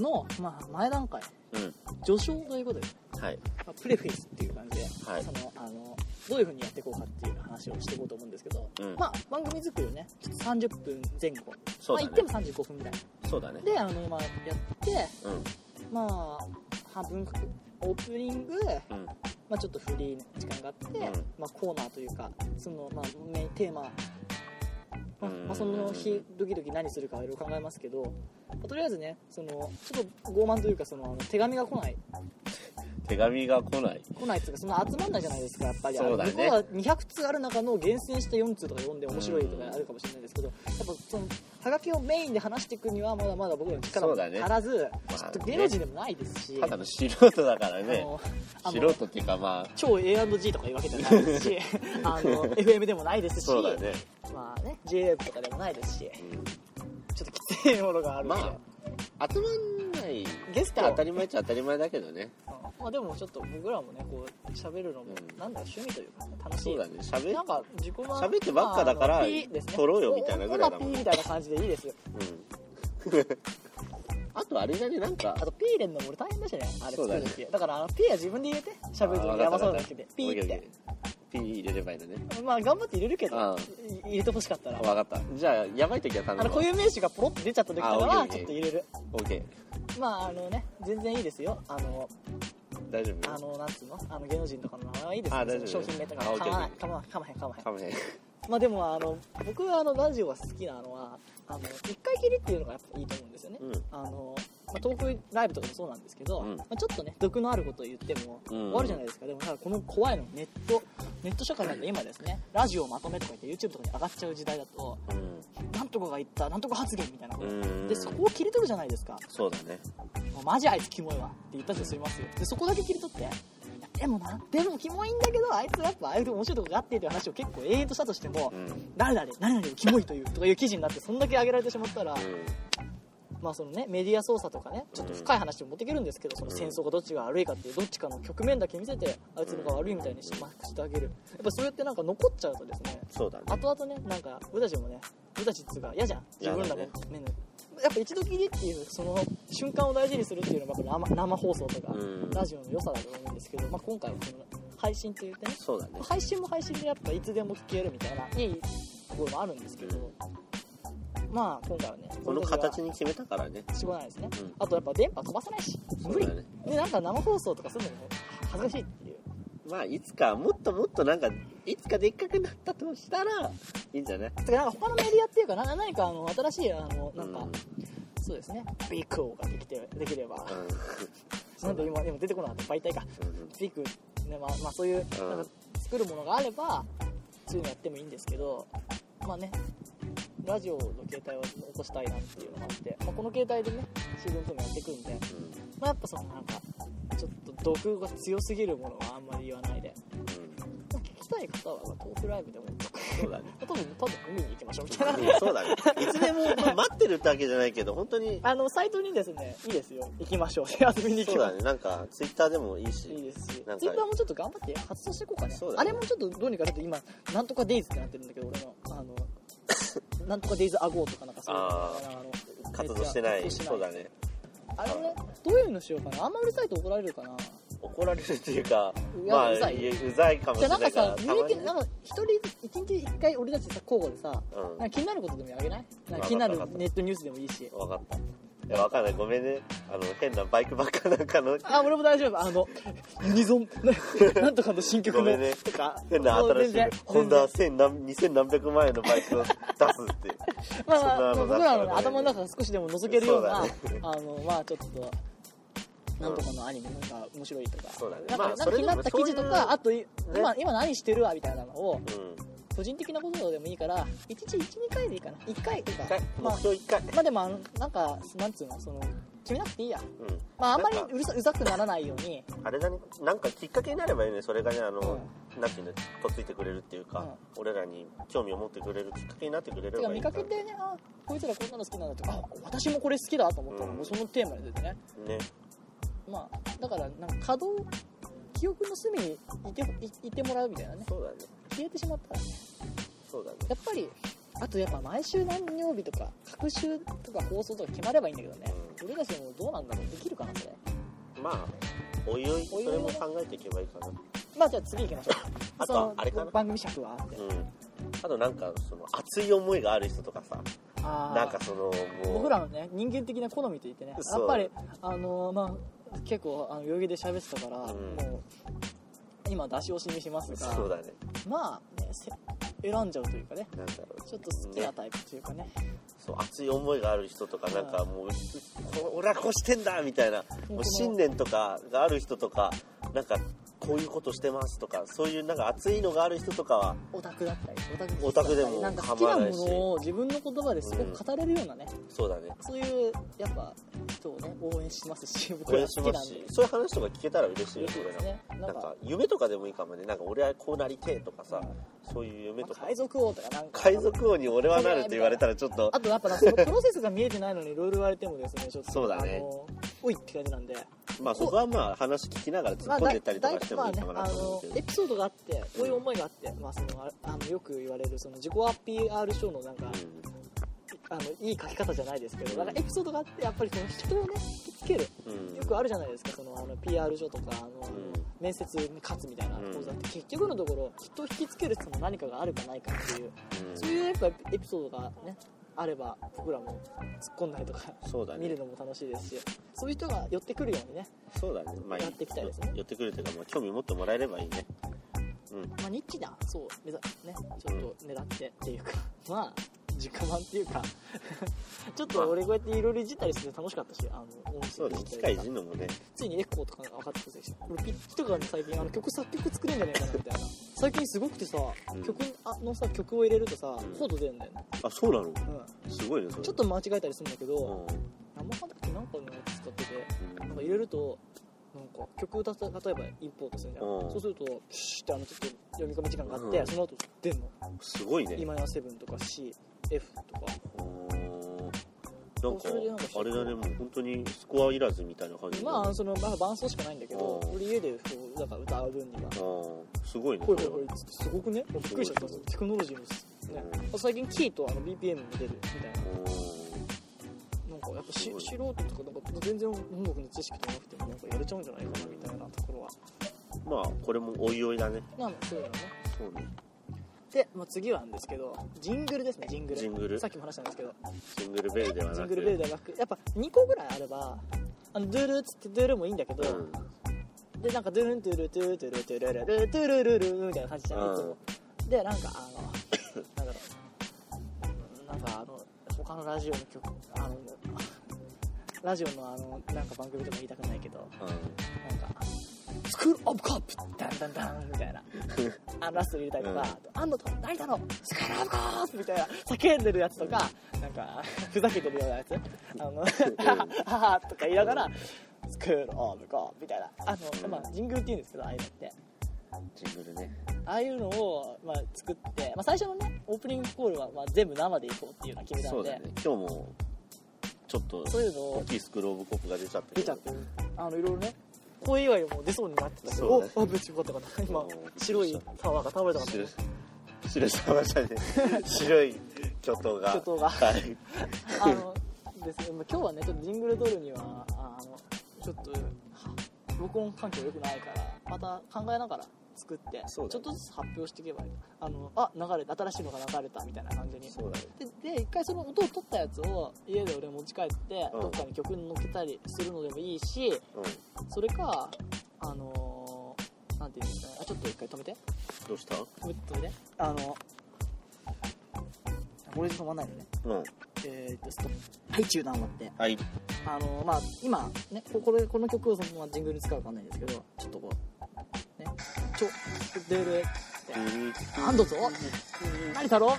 2の、まあ、前段階うん序章ということですねはいまあ、プレフェイスっていう感じで、はいそのあのどういうふうにやっていこうかっていう話をしていこうと思うんですけど、うんまあ、番組作りをねちょっと30分前後、そうまあ、だ言ねっても35分ぐらいそうだねであの、まあ、やって、うまあ、半分オープニング、んうんまあ、ちょっとフリーな時間があって、うんまあ、コーナーというかその、まあ、メインテーマ、まあうんまあその日ドキドキ何するかいろいろ考えますけど、まあとりあえずねそのちょっと傲慢というかそのあの手紙が来ない手紙が来ない来ないっていうかそんな集まんないじゃないですかやっぱりあのそうだね向こうは200通ある中の厳選して4通とか読んで面白いとかあるかもしれないですけどやっぱそのハガキをメインで話していくにはまだまだ僕らの力そもうだね足らず、あちょっと芸能人でもないですし、ただの素人だからあねのあの素人っていうかまあ超 A&G とかいうわけじゃないです *laughs* しあの FM でもないですしそうだね、まあね JA とかでもないですしちょっときついものがあるんで、まあ集まんないゲスト当たり前っちゃ当たり前だけどねうんまあでもちょっと僕らもねこう喋るのも、うんなんだろう趣味というか楽しそいうだね喋なんか自己満喋ってばっかだからあのピーですね撮ろうよみたいなぐらいだもんおおピーみたいな感じでいいですようんあとあれだねなんかあとピー入れんのも俺大変だしねあれそう作だるね時だ,、からあのピーは自分で入れて喋る時やばそうな時でピーっオッケてーオッケーピー入れればいいのねまあ頑張って入れるけあどあい入れてほしかったら分かったじゃあやばい時は頼むあの固有名詞がポロって出ちゃった時とかあオはッケーオッちょっケーと入れるオッケまああのね全然いいですよあのー大丈夫あのなんつうのあの芸能人とかの名前はいいですあよ大丈夫商品名とかあオッケーかまなオッいケーかまないかまへんかまへんかもしれないまあでもあの僕はあのラジオが好きなのはあの一回きりっていうのがやっぱいいと思うんですよねうんあの、まあ、トークライブとかもそうなんですけど、うんまあ、ちょっとね毒のあることを言ってもうん終わるじゃないですか、でもさこの怖いのネットネット社会なんで今ですねラジオをまとめとか言って YouTube とかに上がっちゃう時代だとなんとかが言ったなんとか発言みたいな、うんでそこを切り取るじゃないですかそうだねもうマジあいつキモいわって言った人すりますよでそこだけ切り取っていやでもなでもキモいんだけどあいつやっぱああいうとこ面白いとこがあってっていう話を結構永遠としたとしても、うん誰々誰々をキモいというとかいう記事になってそんだけ上げられてしまったら、まあそのね、メディア操作とかねちょっと深い話を持っていけるんですけどその戦争がどっちが悪いかっていうどっちかの局面だけ見せてあいつのが悪いみたいにしまくしてあげるやっぱそれってなんか残っちゃうとですねそうだね後々ねなんか俺たちもね俺たちっつうか嫌じゃん自分らも嫌だねねやっぱ一度きりっていうその瞬間を大事にするっていうのがやっぱ生生放送とかうんラジオの良さだと思うんですけど、まあ、今回はこの配信という点そうだね配信も配信でやっぱいつでも聞けるみたいないいところもあるんですけどまあ今回はねこの形にに決めたからねしょうがないですね、うんあとやっぱ電波飛ばさないしそ無う理、だねでなんか生放送とかするのも恥ずかしいっていうまあいつかもっともっとなんかいつかでっかくなったとしたらいいんじゃないてかなんか他のメディアっていうかな何かあの新しいあのなんか、うんそうですねビクオができてできれば、うんなんで今今出てこなかった媒体かうんビクねまあ、まあそういう、うんなんか作るものがあればそういうのやってもいいんですけどまあねラジオの携帯を起こしたいなっていうのがあって、まあ、この携帯でねシーズン2もやっていくんで、うんまあ、やっぱそのなんかちょっと毒が強すぎるものはあんまり言わないで、うんまあ、聞きたい方は、まあ、トークライブでもそうだね多分多分見に行きま *laughs* しょうみたい *laughs* なそうだねいつでもまあ待ってるってわけじゃないけど本当 *laughs* にあのサイトにですねいいですよ行きましょう *laughs* 遊びにそ行うきましだょねなんかツイッターでもいいういいしですしなんか Twitter もちょっと頑張って発送していこうかねそうだあねれもちょっとどうにかだって今なんとかデイズってなってるんだけど俺のあの *laughs* なんとかデイズアゴーとかなんかそういうのああの活動してないめっちゃ活動そうだねあれねどういうのしようかなあんまうるさいと怒られるかな怒られるっていうかいやまあうざいいやうざいかもしじゃれあなんなかいからさた見まれてにねなんか一人一日一回俺たちさ交互でさうんなんか気になることでもあげないなんか気になるわかったわかったネットニュースでもいいし分かったいや分かんないごめんねあの変なバイクばっかなんかのあ俺も大丈夫 *laughs* あのユニゾン *laughs* なんとかの新曲ごめのんねとか変なそう新し全い然ホンダ千何2000何百万円のバイクを出すっていうまあまあ、まあそんなの僕だったららの、ねね、頭の中が少しでも覗けるような、そうだねあの、まあちょっと、なんとかのアニメなんか面白いとか、そうだねなんまかあなんかそれ気になった記事とでもそういうか、あと、今、今何してるわみたいなのうを、ん個人的なことでもいいから、1日1、2回でいいかな。1回とか一回、ま目あ、標一回まあでもあの、なんか、なんつうの、その、決めなくていいや。うんまああんまりなんかうるさうざくならないように、あれだねなんかきっかけになればいいねそれがねあの、なんていうのとっついてくれるっていうか、俺らに興味を持ってくれるきっかけになってくれれてかばい見いなかけてね、あ、こいつらこんなの好きなんだとか、あ、私もこれ好きだと思ったら、うんもうそのテーマで出てね。ねまあ、だからなんか稼働記憶の隅にいていいてもらうみたいなねそうだね消えてしまったらねそうだねやっぱりあとやっぱ毎週何曜日とか各週とか放送とか決まればいいんだけどね俺たちもどうなんだろうできるかなそれまあおいおいおいおいそれも考えていけばいいかなまあじゃあ次行きましょうあとそのあれかな番組尺はみたいうんあとなんかその熱い思いがある人とかさなあーなんかそのもう僕らのね人間的な好みといってねやそうっぱりあのまあ結構あの余裕で喋ってたから、うんもう今出し惜しみしますそうがだねまあ、ね、せ選んじゃうというかねなんだろうちょっと好きなタイプというかねそう熱い思いがある人とかなんかもうこ俺はこうしてんだみたいなもうこものう信念とかがある人とかなんかこういうことしてますとかそういうなんか熱いのがある人とかはオタクだったりオタクオタクでもなんか好きなも構わないしのを自分の言葉ですごく語れるようなね、そうだねそういうやっぱ人をね応援しま *laughs* すし僕応ら援好しきまなんすでしそういう話とか聞けたら嬉しいよ嬉しい俺でらすねななんんかか夢とかでもいいかもねなんか俺はこうなりてえとかさ、そういう夢まとあか海賊王とかなんか海賊王に俺はなるって言われたらちょっとあとやっぱなんかそのプロセスが見えてないのにいろいろ言われてもですねちょっ *laughs* とそうだねあのおいって感じなんでまあそこはまあ話聞きながら突っ込んでったりとかしてもいいかもなまあとだい思うまあけどねあのエピソードがあってこういう思いがあって、まあ、そのああのよく言われるその自己 PR 書のなんか、あのいい書き方じゃないですけどなんかエピソードがあってやっぱりその人をね引きつけるうんうんよくあるじゃないですかそのあの PR 書とかあの、うん面接に勝つみたいなうん講座って結局のところ人を引きつけるその何かがあるかないかっていううんそういうやっぱエピソードがねあれば僕らも突っ込んだりとかそうだ見ねるのも楽しいですしそういう人が寄ってくるようにね、そうだねまあやっていきたいですね寄ってくるというかまあ興味持ってもらえればいいねうんまあ、ニッチなそう目指ねちょっと狙ってっていうか *laughs* まあ実家版っていうか *laughs* ちょっと俺こうやっていろいろいじったりして楽しかったしあの音そ声うだねいじ機った械りとか人のもねついにエコーとかが分かってくるでし俺ピッチとかね最近あの曲作曲作れんじゃねえかなみたいな最近すごくてさ、うん曲あのさ曲を入れるとさんコード出るんだよね、あそうなのうすごいねそれん、ちょっと間違えたりするんだけど、うん生ハンだっけなんかのやつ使っててうなんんか入れるとなんか曲歌った例えばインポートするじゃん、うんそうするとプシュッてあのちょっと読み込み時間があって、うんその後出んのすごいね今やセブンとか CF とうかんなんかそれでなんかあれだねもう本当にスコアいらずみたいな感じだねまあその、まあ、伴奏しかないんだけどうん俺家でこうなんか歌う分にはうんすごいねほいそほれいはほいつってすごくねびっくりしちゃったすごいテクノロジーです、ねう最近キーとあの BPM も出るみたいななんかやっぱしすごい素人とかなんか全然音楽の知識とかなくてもなんかやれちゃうんじゃないかなみたいなところはうんまあこれもおいおいだねまあまあそういうのねそうねで、まあ、次はなんですけどジングルですねジングルジングルさっきも話したんですけどシングルベルではなくジングルベルではなくやっぱ2個ぐらいあればあのドゥルーっつってドゥルーもいいんだけど、うんでなんかドゥルンドゥルドゥルドゥルドゥルルルドゥルルルルみたいな感じじゃない、いつもでなんかあのなんだろうなんかあの他のラジオの曲あのラジオのあのなんか番組とか言いたくないけどうなんか「スクール・オブ・コップ!」ダンダンダンみた *laughs* いなあのラスト入れたりとか「安藤と成田のスクール・オブ・コップ!」みたいな叫んでるやつとか、なんか *laughs* ふざけてるようなやつ *laughs* 「あのはは」とか言いながら「スクール・オブ・コップ!」みたいなあの、まあ、ジングルって言うんですけどああいうのって。んジングルねああいうのを、まあ、作って、まあ、最初のねオープニングコールは、まあ、全部生でいこうっていうのは決めたそんうでだね今日もちょっとそういうの大をきいスクローブコップが出ちゃって出ちゃってるあのいろいろね声以外も出そうになってたけそど、うだねおあ別によかったかな今うん白いタワーが倒れたか白いら白い玉じゃねえ白い巨頭が巨 *laughs* 頭がはいあのですねまあ今日はねちょっとジングル撮るにはあのちょっとは録音環境良くないからまた考えながら作って、ちょそっうだねとずつ発表していけばいいあのあ流れた新しいのが流れたみたいな感じにそうだねでで一回その音を取ったやつを家で俺持ち帰って、うんどっかに曲に乗っけたりするのでもいいしうんそれかあのー、なんていうんですかねあちょっと一回止めてどうした止めて止めてあのこれで止まんないでねうんえー、っとストップはい中断終わってはいあのー、まあ今ねここれこの曲をそのままジングルに使うかわかんないんですけどちょっとこうねちょでで何度ぞ何だろ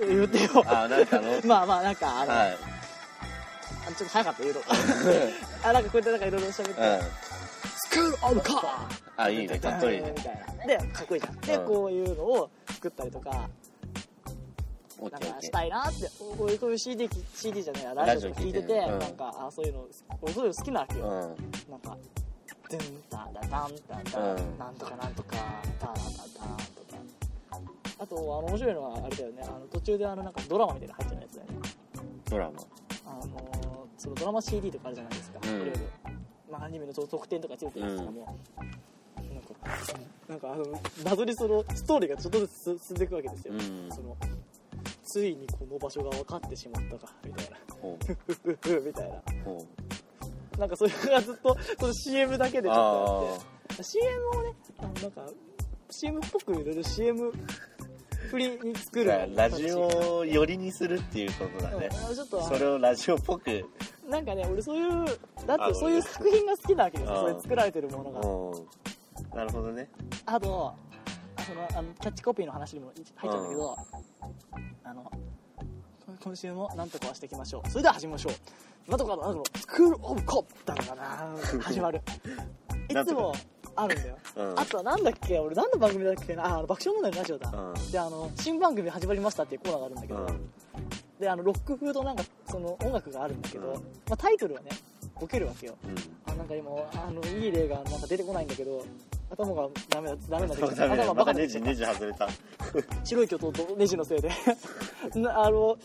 う言ってよ *laughs* あなんかのまあまあなんかあの、はいあちょっと早かった言うの *laughs* あなんかこうやってなんかいろいろ喋って、うんスクールオブカーあいいねかっこいいみねたいなでかっこいいじゃんで、うんこういうのを作ったりとかオッなんケーオかッケしたいなってこういうこういう CD, CD じゃないやラジオとか聞いててラジオ聞いてるうんなんかあそういうの俺そういうの好きなわけよ、ーなんか「ドゥンタンダダンタンダン、うんなんとかなんとかタラダダン」とかあとあの面白いのはあれだよねあの途中であのなんかドラマみたいなの入ってるやつだよねうんドラマあのーそのドラマ CD とかあるじゃないですか、うんいろいろまあ、アニメのその特典とかついてるやつとかも、なんかなんかあのバズりそのストーリーがちょっとずつ進んでいくわけですよ、うんそのついにこの場所が分かってしまったかみたいなほふふふみたいなうほなんかそれがずっとその CM だけうでちょっとやあって CM をねあのなんか CM っぽく入れる CM 振りに作あるラジオを寄りにするっていうことだねうんちょっとあのそれをラジオっぽくなんかね俺そういうだっあてそういう作品が好きなわけですよあそういう作られてるものうがんなるほどねあとあそのあのキャッチコピーの話にも入っちゃうんだけどあの今週もなんとかはしていきましょうそれでは始めましょうなんとかのなんとかのスクールオブコップだからな始まる *laughs* いなんつとかもあるんだようんあとはなんだっけ俺何の番組だっけなああの爆笑問題のラジオだ、うんであの新番組始まりましたっていうコーナーがあるんだけうど、んであのロック風のなんかその音楽があるんだけど、うんまあ、タイトルはねボケるわけようんあなんか今あのいい例がなんか出てこないんだけど頭がダメだダメだそうダメだ頭よまがたバカになネっちジゃっネジ外れたた白い巨頭とネジのせいで *laughs* なあの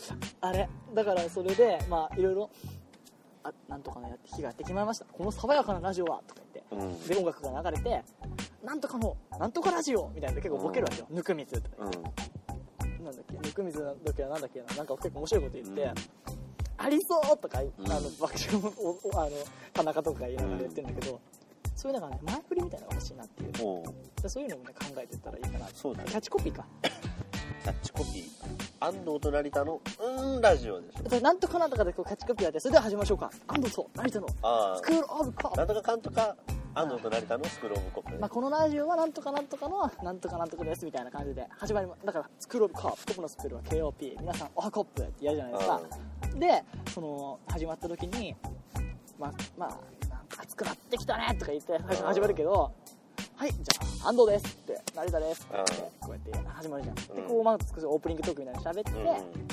あれだからそれでまあいろいろあなんとかのやって日がやってきまいりましたこの爽やかなラジオはとか言ってうんで音楽が流れて「なんとかのなんとかラジオ」みたいなの結構ボケるわけよ「ぬくみず」とうかなんだっけ「ぬくみず」だけはなんだっけななんか結構面白いこと言って「うんありそう!」とか、んあの爆笑をおあの田中とか言いながらうん言ってるんだけど、そういうなんかね前振りみたいなのが欲しいなっていうおおうでそういうのもね考えてったらいいかなそうだキねャッチコピーかキャッチコピー安藤と成田の「うーんラジオ」でしょだからなんとかなんとかでこうキャッチコピーやってそれでは始めましょうか安藤と成田のあスクールオブコあなープんとかかんとか安藤と成田のスクロールオブコップねまあ、このラジオはなんとかなんとかのなんとかなんとかですみたいな感じで始まりますだからスクールオブコープトップのスクールは KOP 皆さんおはコップってやるじゃないですかでその始まった時にまあまあなんか暑くなってきたねとか言って最初始まるけどはいじゃあ安藤ですって成田ですって言ってうんこうやって始まるじゃんでうんこうまあ少しオープニングトークみたいに喋って、うん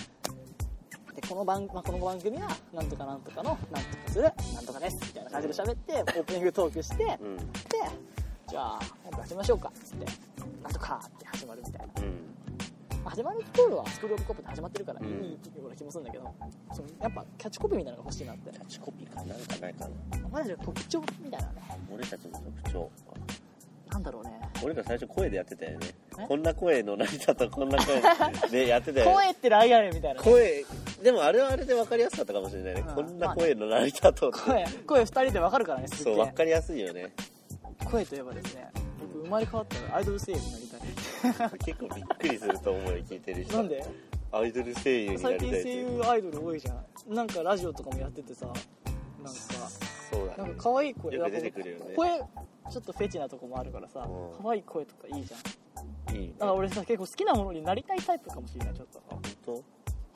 でこの番、まあ、この番組はなんとかなんとかのなんとかするなんとかですみたいな感じで *laughs* 喋ってオープニングトークしてでうんうんじゃあ本部始めましょうかっつってなんとかって始まるみたいなうん始まるところはスクールオブコップで始まってるからいうんいような気もするんだけど、そのやっぱキャッチコピーみたいなのが欲しいなってキャッチコピーかなんかないかなマジで特徴みたいなね俺たちの特徴なんだろうね俺ら最初声でやってたよねえこんな声の成田とこんな声でやってたよね声ってライアルみたいな声でもあれはあれで分かりやすかったかもしれないね、うんこんな声の成田とって声声2人で分かるからねすっげそう分えかりやすいよね声といえばですね僕生まれ変わったらアイドル声優になりたい結構びっくりすると思うよ聞いてる人なんでアイドル声優になりた最い近って声優アイドル多いじゃんなんかラジオとかもやっててさなんかそうだなねんか可愛い声よく出てくるよね声ちょっとフェチなとこもあるからさうん可愛い声とかいいじゃんだいいから俺さ結構好きなものになりたいタイプかもしれないちょっとあ本当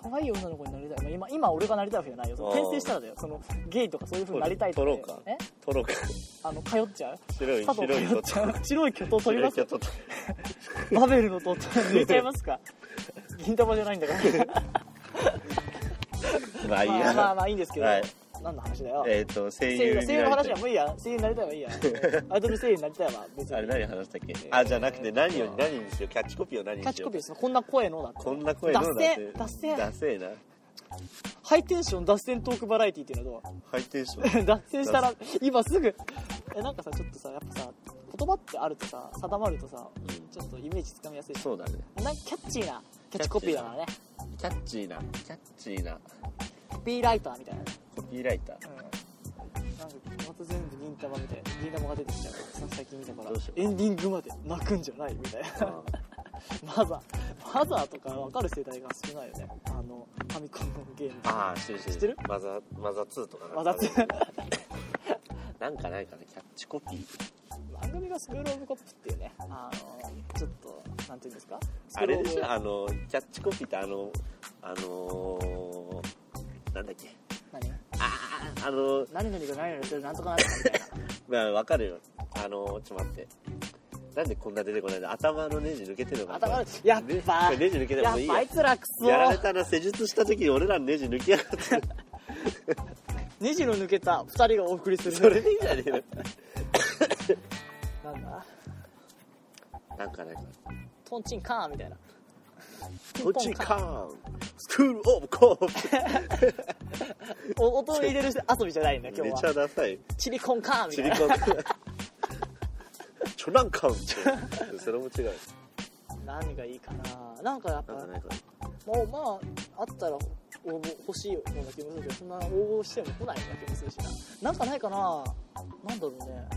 可愛い女の子になりたい、まあ、今今俺がなりたいわけじゃないよそのあー転生したらだよそのゲイとかそういう風になりたいと取ろうかえトロかあの通っちゃう白い佐白藤い通とっちゃう *laughs* 白い巨頭白取りまいすととバベルの塔抜いちゃいますか銀玉じゃないんだからまあいいまあや、まあまあいいんですけど、はい何の話だよえっ、と声声優優だに声優のなり話たはいもういいや声優になりたいはいいやアイドル声優になりたいわ別にあれ何話したっけあじゃなくて何を何にしようキャッチコピーを何にしようキャッチコピーですよこんな声のだってこんな声どうなって脱線脱線ダセえなハイテンション脱線トークバラエティっていうのはどう *laughs* ハイテンション脱線したら今すぐえなんかさちょっとさやっぱさ言葉ってあるとさ定まるとさうんちょっとイメージつかみやすいしそうだねなんかキャッチーなキャッチコピーだからねキャッチーなキャッチーなコピーライターみたいなねコピーライ *laughs* ターうんなんかまた全部銀玉みたいな銀玉が出てきちゃうさ最近見たからどうしようエンディングまで泣くんじゃないみたいなあマザーマザーとか分かる世代が少ないよねあのファミコンのゲームあー知ってる知知ってるマザーマザー2とかマザーなんかないかなキャッチコピー番組がスクールオブコップっていうねあのちょっとなんていうんですかあれでしスクールオブょあのキャッチコピーってあのあのーなんだっけ何あああの何々が何々するなんとかなんとかみたいなまあわかるよあのちょっと待ってなんでこんな出てこないの頭のネジ抜けてるのかな頭のやっぱねネジ抜けてやもっいいぱよあいつらクソやられたな施術した時に俺らのネジ抜きやがってネジの抜けた2人がお送りするそれでいいんじゃねえのなんだなんかないか *laughs* トンチンカーンみたいなピポンポチンカカンーンスクールオブコーお音を入れる遊びじゃないんだ今プ日めちゃはダサいチリコンカンみチたいリな *laughs* コンチョナンカンそれも違う何がいいかななんかやっぱなんかないかもうまああったら応募欲しいような気もするけどそんな応募しても来ないような気もするしななんかないかななんだろうね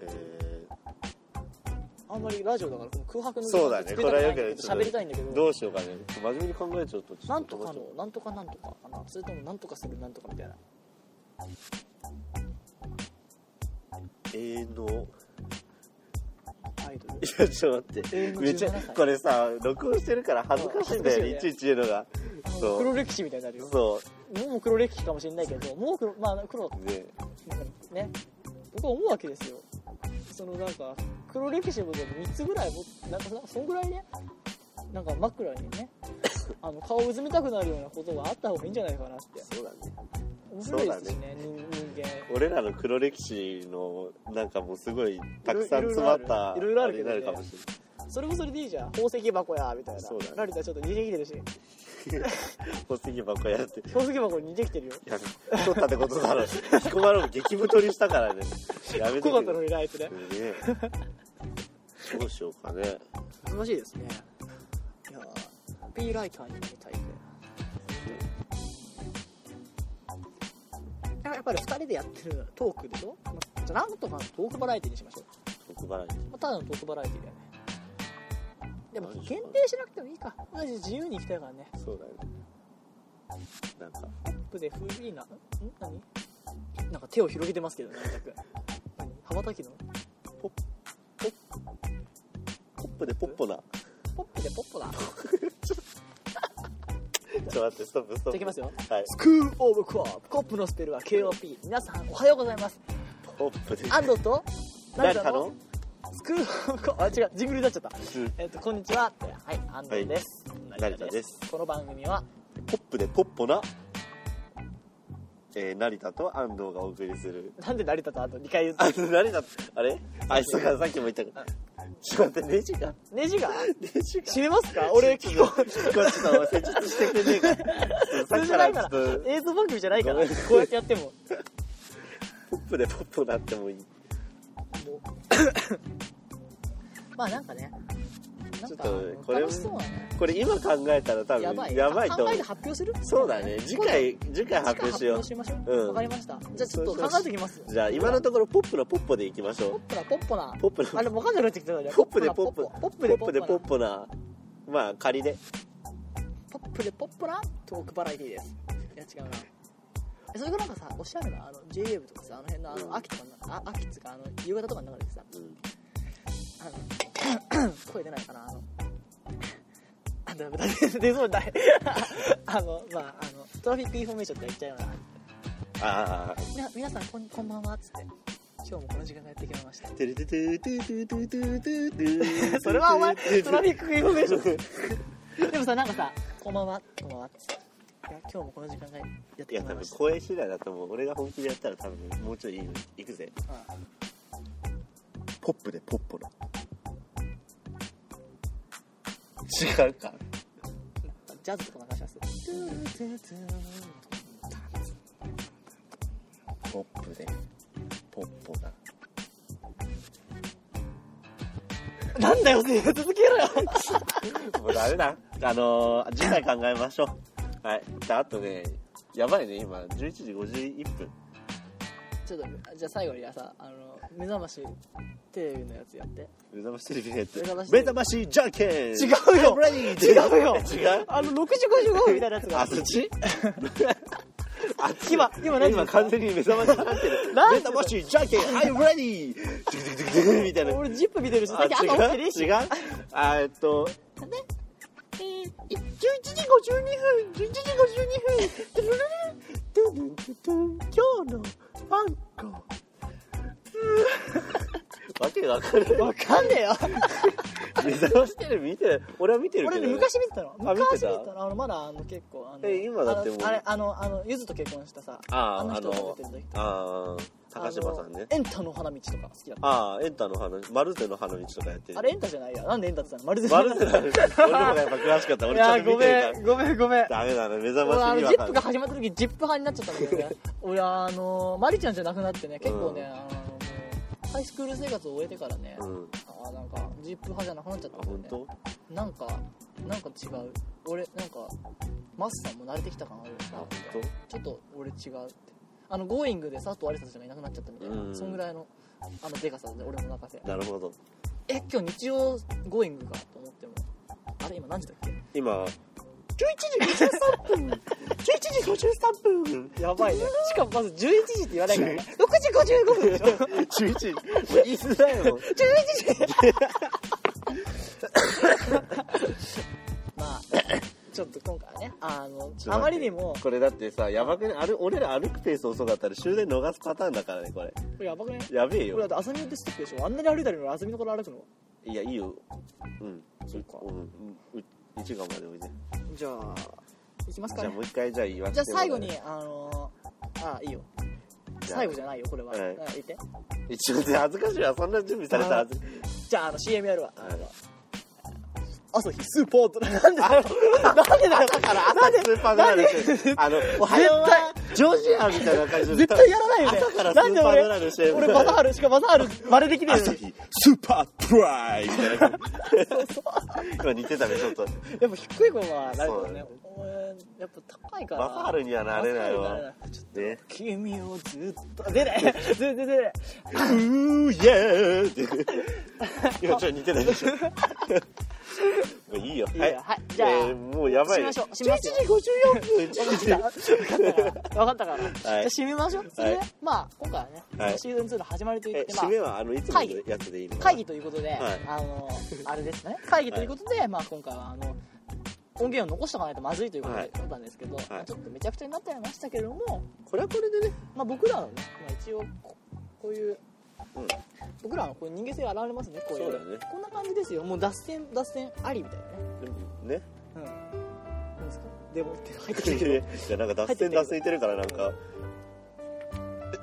えあんまりラジオだからこの空白のそうだね作りたくないんこれはよだくけど喋りたいんだけー、どどうしようかね真面目に考えちゃうとちょっなんとかのなんとかなんとかかなそれともなんとかするなんとかみたいな永遠のアイドルいやちょっと待って永遠のめっちゃ17歳これさ録音してるから恥ずかしいんだよねうんいちいち言うのがもうそ黒う歴史みたいになるよそもう黒歴史かもしれないけどもう黒まあ黒うでね僕は思うわけですよそのなんか黒歴史のことで3つぐらいもなんかそそんぐらいねなんか枕 *laughs* にねあの顔をうずめたくなるようなことがあった方がいいんじゃないかなってそうだね面白いですしね人人間俺らの黒歴史のなんかもうすごいたくさん詰まったいろいろあるねいろいろあれになあるけどねるかもしれないそれもそれでいいじゃん宝石箱やみたいなそうだねラリタちょっと似てきてるし小杉ばっかやって宝石箱に似てきてるよやめ取ったってことだ *laughs* ろ彦摩呂も激太りしたからねやめて怖かったのねにライトでえどうしようかね楽しいですねいやーピーライターになりたいってやっぱり2人でやってるトークでしょ、まあじゃあなんとかトークバラエティにしましょう、特払いまあ、ただのトークバラエティだよねでも何限定しなくてもいいか私自由に行きたいからねそうだねなんかポップでフリーなん何なんか手を広げてますけどね全く何羽ばたきのポップでポッポなポップでポップだちょっと待ってストップストップじゃあいきますよはいスクールオブコープコップのスペルは KOP 皆さんおはようございますポップで安藤と誰かのスクールあ違うジングルになっちゃったえっとこんにちははい安藤です、い成田ですこの番組はポップでポッポな、えー、成田と安藤がお送りするなんで成田とあと2回言うあ成田あれあいつがさっきも言ったけどちょっと待ってネジが *laughs* ネジがネジが閉めますか俺聞ここっちの施術してくれねえ *laughs* かさっ通きじかならいちょかっらと映像番組じゃないからごめんこうやってやってもポップでポップなってもいいもうまあなんかねなんかちょっとこれ楽しそうだねこれ今考えたら多分やばいやばいと考思えうて発表するそうだね次回次回今度発表しよ次回発表しましょううんわかりましたじゃあちょっと考えておきますうじゃあ今のところポップのポッポでいきましポッょプなポッポなポップなあれもう分かんなくなってきたよねうポップでポップポポッップでプポップでなポップなまあ仮でポップでポップなトークバラエティーですいや違うなえそれがなんかさおしゃれなあの JWAVE とかさあの辺のあうんの秋とかのあ秋っつうかあの夕方とかの中でさうんあの声出ないかなあのあダメ *laughs* だ出そうにないあのまああのトラフィックインフォメーションとか言っちゃうようなああみな皆さんこんこんばんはっつって今日もこの時間がやってき *laughs* ましたトゥルトゥトゥトゥトゥトゥトゥトゥそれはお前トゥトラフトゥィックインフォメーションでもさなんかさ「こんばんはこんばんは」っつっていや今日もこの時間がやっていきや多ま分した声次第だと思う俺が本気でやったら多分もうちょいいいのいくぜうんポップでポップな違うかジャズとか流しますポップでポッポななんだよ続けろよもうダメだあのー、次回考えましょうはいであとねやばいね今11時51分ちょっとじゃあ最後にさあの目覚ましテレビのやつやって目覚ましテレビのやつ目覚まし目覚ましじゃんけん違うよレディー違うよ違うあの6時55分みたいなやつがあそっちあっち今今何今完全に目覚ましになってるなん目で覚ましじゃんけん I'm ready ドゥクドゥクドゥクドゥクみたいな俺ジップ見てるしあ最近朝起きてねえ違うし違うあえっとえー11時52分11時52分トゥルルルトゥントゥン今日のファンコわけわかんないわかんねえよ目覚ましテレビ見てない俺は見てるけ俺どね昔見てたのあ見てた昔見てたのあのまだあの結構あのえ今だってもうあのあれあのあのゆずと結婚したさああのあ人がの出てる時あー高島さんねあのエンタの花道とか好きだったああエンタの花マルゼの花道とかやってるあれエンタじゃないやなんでエンタって言ったのまるでマルゼの花道俺の方がやっぱ詳しかったい俺ちゃやんとご見てるめからんごめんごめんダメだね目覚俺まあしにのジはップが始まった時ジップ派になっちゃったんだけどね俺あのマリちゃんじゃなくなってね結構ね、うんあのもうハイスクール生活を終えてからね、うんあーなんかジップ派じゃなくなっちゃったあんだ本よね当なんかなんか違う俺なんかマスさんも慣れてきた感あるよあな本当ちょっと俺違うってあの「Going」で佐藤有沙ちゃんがいなくなっちゃったみたいな、うんそんぐらいのあのデカさで俺の中でなるほどえ今日日曜「Going」かと思ってもあれ今何時だっけ今11時53分 *laughs* やばいね *laughs* しかもまず11時って言わない *laughs* からね6時55分でしょ11 *laughs* *laughs* 11時言いづらいもん時まあ *coughs* ちょっと今回はねあのあまりにもこれだってさやばくねあれ俺ら歩くペース遅かったら終電逃すパターンだからねこれこれやばくねやべえこれよだって浅見寄ってストップでしょあんなに歩いたのに浅見のから歩くのいやいいようんそうかうんうんう一番までおいでじゃあ行きますかじゃあねもう一回じゃあ言わせじゃあてもらう最後にあのあいいよじゃあ最後じゃないよこれは、はいあ言って一応恥ずかしいわそんな準備されたら恥ずじゃああの CM やるわ、はい朝日スーパードライなんでだよなんでだよだから朝スーパードライのなんであのおはようはジョージアみたいな感じで絶対やらないよね朝からスなんーでパー俺ドライの CM 俺バタハルしかバタハルまれできねえの朝に日スーパープライみたいな感じ今似てたねちょっ *laughs* とやっぱ低い声はなるからねそお前やっぱ高いからバサハルにはなれないバサハルにはなれわないちょっとね君をずっと出ないずっと出ないうーイエー *laughs* って今ちょっと似てないでしょもういいよいいよはいじゃあえーもうやばい締めましょう締めますよ11時54分 *laughs* 分かったから、じゃあ締めましょう、それではいまあ今回はね、はいシーズン2の始まりといえって、まあ締めはあのいつものやつでいいの会議ということで、はいあのあれですね会議ということで、まあ今回はあの音源を残しておかないとまずいということはでいだったんですけど、まあちょっとめちゃくちゃになってましたけれども、これはこれでねまあ、僕らのね、まあ、一応ここういう、うん僕らのこういう人間性が現れますねこういうそうだねこんな感じですよもう脱線脱線ありみたいなねでも *laughs* ねうん何ですかデモって入ってきてる *laughs* いやなんか脱線脱線いてるからなんか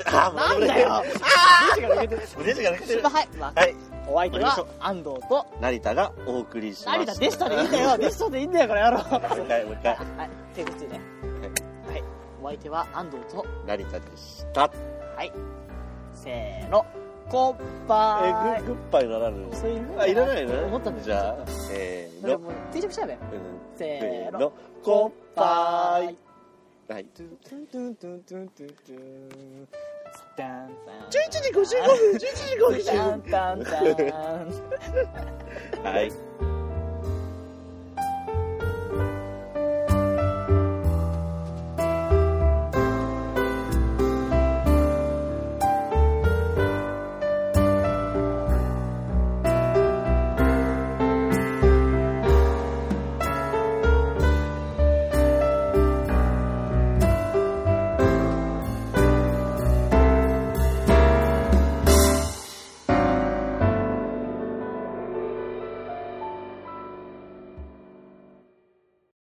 あ *laughs* なーんもうだよ俺 *laughs* レジが抜けてるレジが抜けてるまあはい、まあはいお相手終わは安藤と成田がお送りしまし成た田で *laughs* したでいいんだよでしたでいいんだよこれやろうもう一回もう一回はい、ということでね。はい。お相手は安藤と、成田でしたはい。せーの、こんばえんはー。ググッバイならぬのそういうあいらないの思ったんでじゃあせーじゃあのもう定着しちゃえばよ。うんせせーーのの、こんばーい。はい。トゥントゥントゥントゥントゥントゥントゥン。ダンダン。 11時55分、11時ダンダンダン。分。はい。